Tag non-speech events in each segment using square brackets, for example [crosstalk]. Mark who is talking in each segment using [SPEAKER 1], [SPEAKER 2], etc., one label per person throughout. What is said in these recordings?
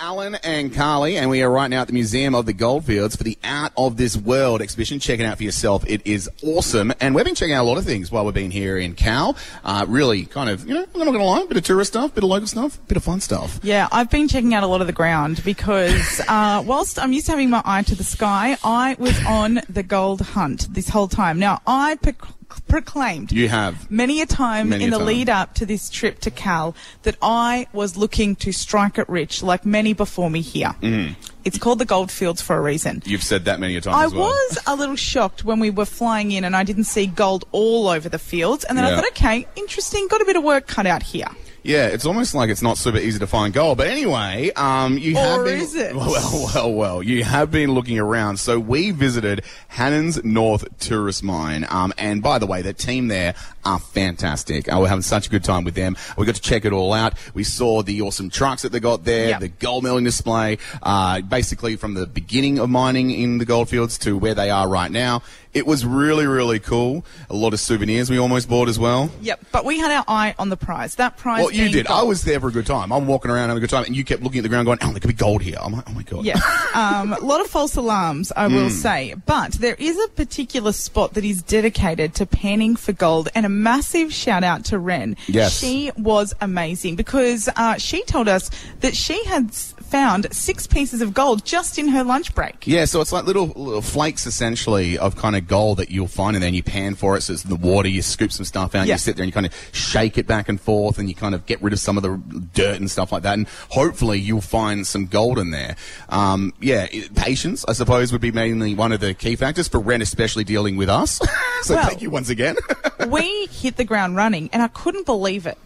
[SPEAKER 1] Alan and Carly, and we are right now at the Museum of the Goldfields for the Art of This World exhibition. Check it out for yourself. It is awesome. And we've been checking out a lot of things while we've been here in Cal. Uh, really kind of, you know, I'm not going to lie, bit of tourist stuff, bit of local stuff, bit of fun stuff.
[SPEAKER 2] Yeah, I've been checking out a lot of the ground
[SPEAKER 1] [laughs]
[SPEAKER 2] because uh, whilst I'm used to having my eye to the sky, I was on the gold hunt this whole time. Now, I proc- proclaimed
[SPEAKER 1] You have.
[SPEAKER 2] many a time
[SPEAKER 1] Many a
[SPEAKER 2] in the
[SPEAKER 1] time.
[SPEAKER 2] lead up to this trip to Cal that I was looking to strike it rich like many before me here.
[SPEAKER 1] Mm-hmm.
[SPEAKER 2] It's called the Goldfields for a reason.
[SPEAKER 1] You've said that many a time
[SPEAKER 2] I
[SPEAKER 1] as well.
[SPEAKER 2] was a little shocked when we were flying in and I didn't see gold all over the fields. And then
[SPEAKER 1] Yeah.
[SPEAKER 2] I thought, okay, interesting, got a bit of work cut out here.
[SPEAKER 1] Yeah, it's almost like it's not super easy to find gold. But anyway, um, you have
[SPEAKER 2] Or
[SPEAKER 1] been,
[SPEAKER 2] is it?
[SPEAKER 1] [laughs] Well, well, well. You have been looking around. So we visited Hannon's North Tourist Mine. Um, and by the way, the team there are fantastic. Uh, we're having such a good time with them. We got to check it all out. We saw the awesome trucks that they got there,
[SPEAKER 2] Yep.
[SPEAKER 1] the gold milling display. Uh, basically from the beginning of mining in the goldfields to where they are right now. It was really, really cool. A lot of souvenirs we almost bought as well.
[SPEAKER 2] Yep, but we had our eye on the prize. That prize.
[SPEAKER 1] Well, you
[SPEAKER 2] being
[SPEAKER 1] did.
[SPEAKER 2] gold.
[SPEAKER 1] I was there for a good time. I'm walking around having a good time, and you kept looking at the ground going, oh, there could be gold here. I'm like, oh my God.
[SPEAKER 2] Yes, um, a lot of false alarms, I will say. But there is a particular spot that is dedicated to panning for gold, and a massive shout out to Ren.
[SPEAKER 1] Yes.
[SPEAKER 2] she was amazing because uh, she told us that she had s- found six pieces of gold just in her lunch break.
[SPEAKER 1] Yeah, so it's like little, little flakes essentially of kind of gold that you'll find, and then you pan for it. So it's in the water, you scoop some stuff out, and
[SPEAKER 2] Yeah.
[SPEAKER 1] you sit there and you kind of shake it back and forth, and you kind of get rid of some of the dirt and stuff like that. And hopefully, you'll find some gold in there. Um, yeah, it- patience, I suppose, would be mainly one of the key factors for Ren, especially dealing with us. [laughs] so
[SPEAKER 2] Well-
[SPEAKER 1] thank you once again. [laughs]
[SPEAKER 2] we hit the ground running, and I couldn't believe it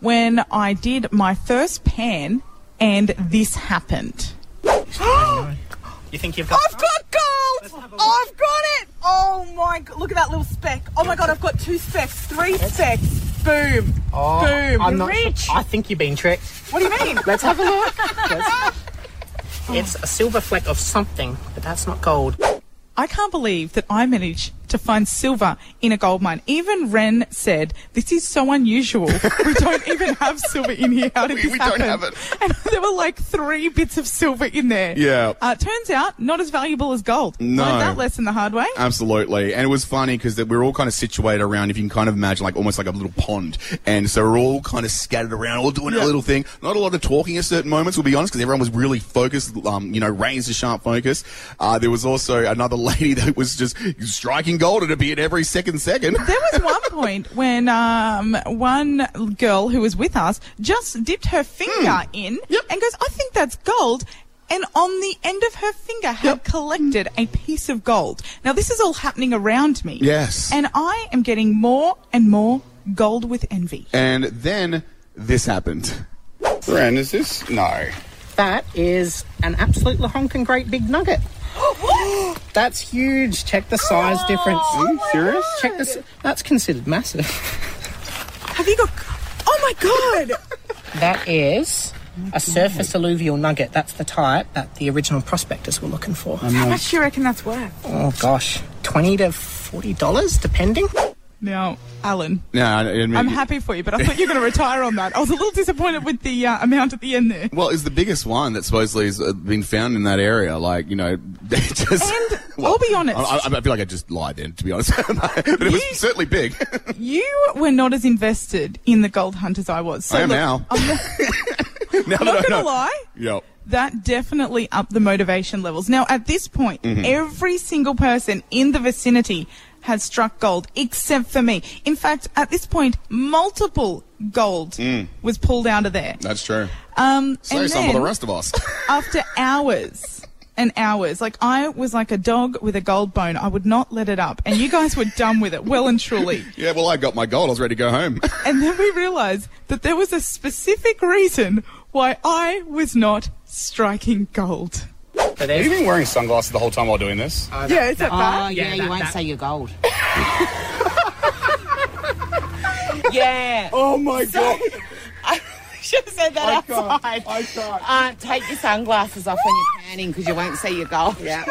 [SPEAKER 2] when I did my first pan, and this happened. [gasps]
[SPEAKER 3] You think you've got?
[SPEAKER 2] I've got gold!
[SPEAKER 3] have a look.
[SPEAKER 2] I've got it! Oh my god, look at that little speck. Oh my god, I've got two specks, three specks. Boom.
[SPEAKER 3] Oh,
[SPEAKER 2] Boom.
[SPEAKER 3] I'm not sure.
[SPEAKER 2] rich.
[SPEAKER 3] I think you've been tricked.
[SPEAKER 2] What do you mean?
[SPEAKER 3] Let's have a look. [laughs] Let's- It's a silver fleck of something, but that's not gold.
[SPEAKER 2] [laughs] I can't believe that I managed to find silver in a gold mine. Even Ren said, This is so unusual. we [laughs] don't even have silver in here. How did
[SPEAKER 1] We-
[SPEAKER 2] this
[SPEAKER 1] we don't
[SPEAKER 2] happen?
[SPEAKER 1] have it.
[SPEAKER 2] And [laughs] there were like three bits of silver in there.
[SPEAKER 1] Yeah.
[SPEAKER 2] Uh, turns out, not as valuable as gold.
[SPEAKER 1] No.
[SPEAKER 2] Learned that lesson the hard way.
[SPEAKER 1] Absolutely. And it was funny because we were all kind of situated around, if you can kind of imagine, like almost like a little pond. And so we're all kind of scattered around, all doing our little thing. Not a lot of talking at certain moments, we'll be honest, because everyone was really focused, um, you know, raised a sharp focus. Uh, there was also another [laughs] lady that was just striking gold and it'd be at every second second.
[SPEAKER 2] There was one point when um, one girl who was with us just dipped her finger in
[SPEAKER 1] Yep.
[SPEAKER 2] and goes, I think that's gold. And on the end of her finger had collected a piece of gold. Now, this is all happening around me.
[SPEAKER 1] Yes.
[SPEAKER 2] And I am getting more and more gold with envy.
[SPEAKER 1] and then this happened. Ren, is this? No.
[SPEAKER 3] That is an absolute honking great big nugget. That's huge. Check the size difference.
[SPEAKER 1] Are you serious?
[SPEAKER 3] Check this. That's considered massive.
[SPEAKER 2] Have you got. Oh my God!
[SPEAKER 3] [laughs] That is a surface alluvial nugget. That's the type that the original prospectors were looking for.
[SPEAKER 1] Um,
[SPEAKER 2] How much do you reckon that's worth?
[SPEAKER 3] Oh gosh, twenty to forty dollars, depending.
[SPEAKER 2] Now, Alan,
[SPEAKER 1] No, I admit
[SPEAKER 2] I'm happy for you, but I thought you were going to retire on that. I was a little disappointed with the uh, amount at the end there.
[SPEAKER 1] Well, it's the biggest one that supposedly has uh, been found in that area. Like, you know, [laughs] they just.
[SPEAKER 2] And
[SPEAKER 1] [laughs]
[SPEAKER 2] I'll be honest.
[SPEAKER 1] I, I- I feel like I just lied then, to be honest. [laughs] but it was
[SPEAKER 2] You-
[SPEAKER 1] certainly big. [laughs]
[SPEAKER 2] You were not as invested in the gold hunt as I was. So
[SPEAKER 1] I am
[SPEAKER 2] look,
[SPEAKER 1] now.
[SPEAKER 2] I'm
[SPEAKER 1] [laughs]
[SPEAKER 2] not,
[SPEAKER 1] now
[SPEAKER 2] not gonna lie.
[SPEAKER 1] Yep.
[SPEAKER 2] That definitely upped the motivation levels. Now, at this point,
[SPEAKER 1] Mm-hmm.
[SPEAKER 2] every single person in the vicinity has struck gold, except for me. In fact, at this point, multiple gold
[SPEAKER 1] Mm.
[SPEAKER 2] was pulled out of there.
[SPEAKER 1] That's true.
[SPEAKER 2] Um,
[SPEAKER 1] So
[SPEAKER 2] and
[SPEAKER 1] some for the
[SPEAKER 2] then-
[SPEAKER 1] rest of us. [laughs]
[SPEAKER 2] after hours and hours. Like I was like a dog with a gold bone. I would not let it up. And you guys were done with it, well and truly.
[SPEAKER 1] yeah, well, I got my gold. I was ready to go home. [laughs]
[SPEAKER 2] And then we realized that there was a specific reason why I was not striking gold.
[SPEAKER 3] So there's
[SPEAKER 1] been wearing sunglasses the whole time while doing this?
[SPEAKER 2] Ah, yeah, is that bad?
[SPEAKER 3] yeah, you won't say you're
[SPEAKER 2] [laughs]
[SPEAKER 3] gold. yeah.
[SPEAKER 1] oh my God.
[SPEAKER 4] Should have said that
[SPEAKER 1] can't.
[SPEAKER 4] outside.
[SPEAKER 1] I can't.
[SPEAKER 4] Uh, take your sunglasses off when you're panning because you won't see your gold. Yeah.